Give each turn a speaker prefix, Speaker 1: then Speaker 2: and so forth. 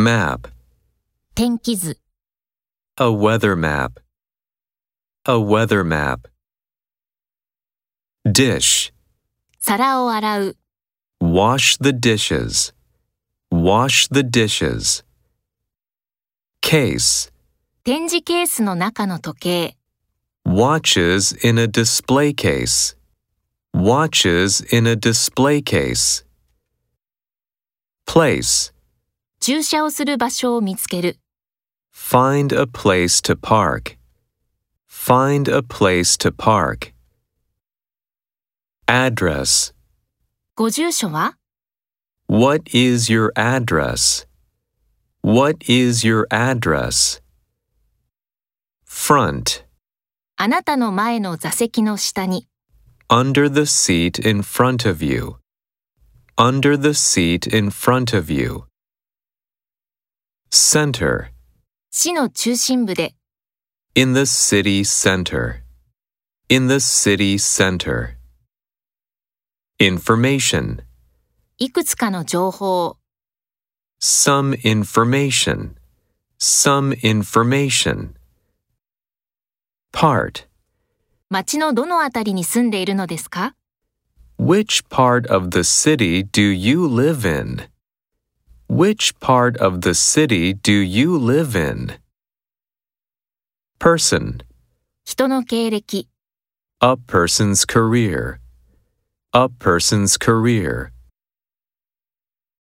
Speaker 1: Map.
Speaker 2: 天気図、
Speaker 1: A weather map. A weather map. Dish.
Speaker 2: 皿を洗う、
Speaker 1: Wash the dishes. Wash the dishes. Case.
Speaker 2: 展示ケースの中の時計、
Speaker 1: Watches in a display case. Watches in a display case. Place.
Speaker 2: 駐車をする場所を見つける、
Speaker 1: Find a place to park. Find a place to park. Address.
Speaker 2: ご住所は
Speaker 1: What is your address? What is your address? Front.
Speaker 2: あなたの前の座席の下に、
Speaker 1: Under the seat in front of you. Under the seat in front of you. Center.
Speaker 2: 市の中心部で、
Speaker 1: In the city center. In the city center. Information.
Speaker 2: いくつかの情報、
Speaker 1: Some information. Some information. Part.
Speaker 2: 町のどのあたりに住んでいるのですか
Speaker 1: Which part of the city do you live in? Which part of the city do you live in? Person.
Speaker 2: 人の経歴、
Speaker 1: A person's career. A person's career.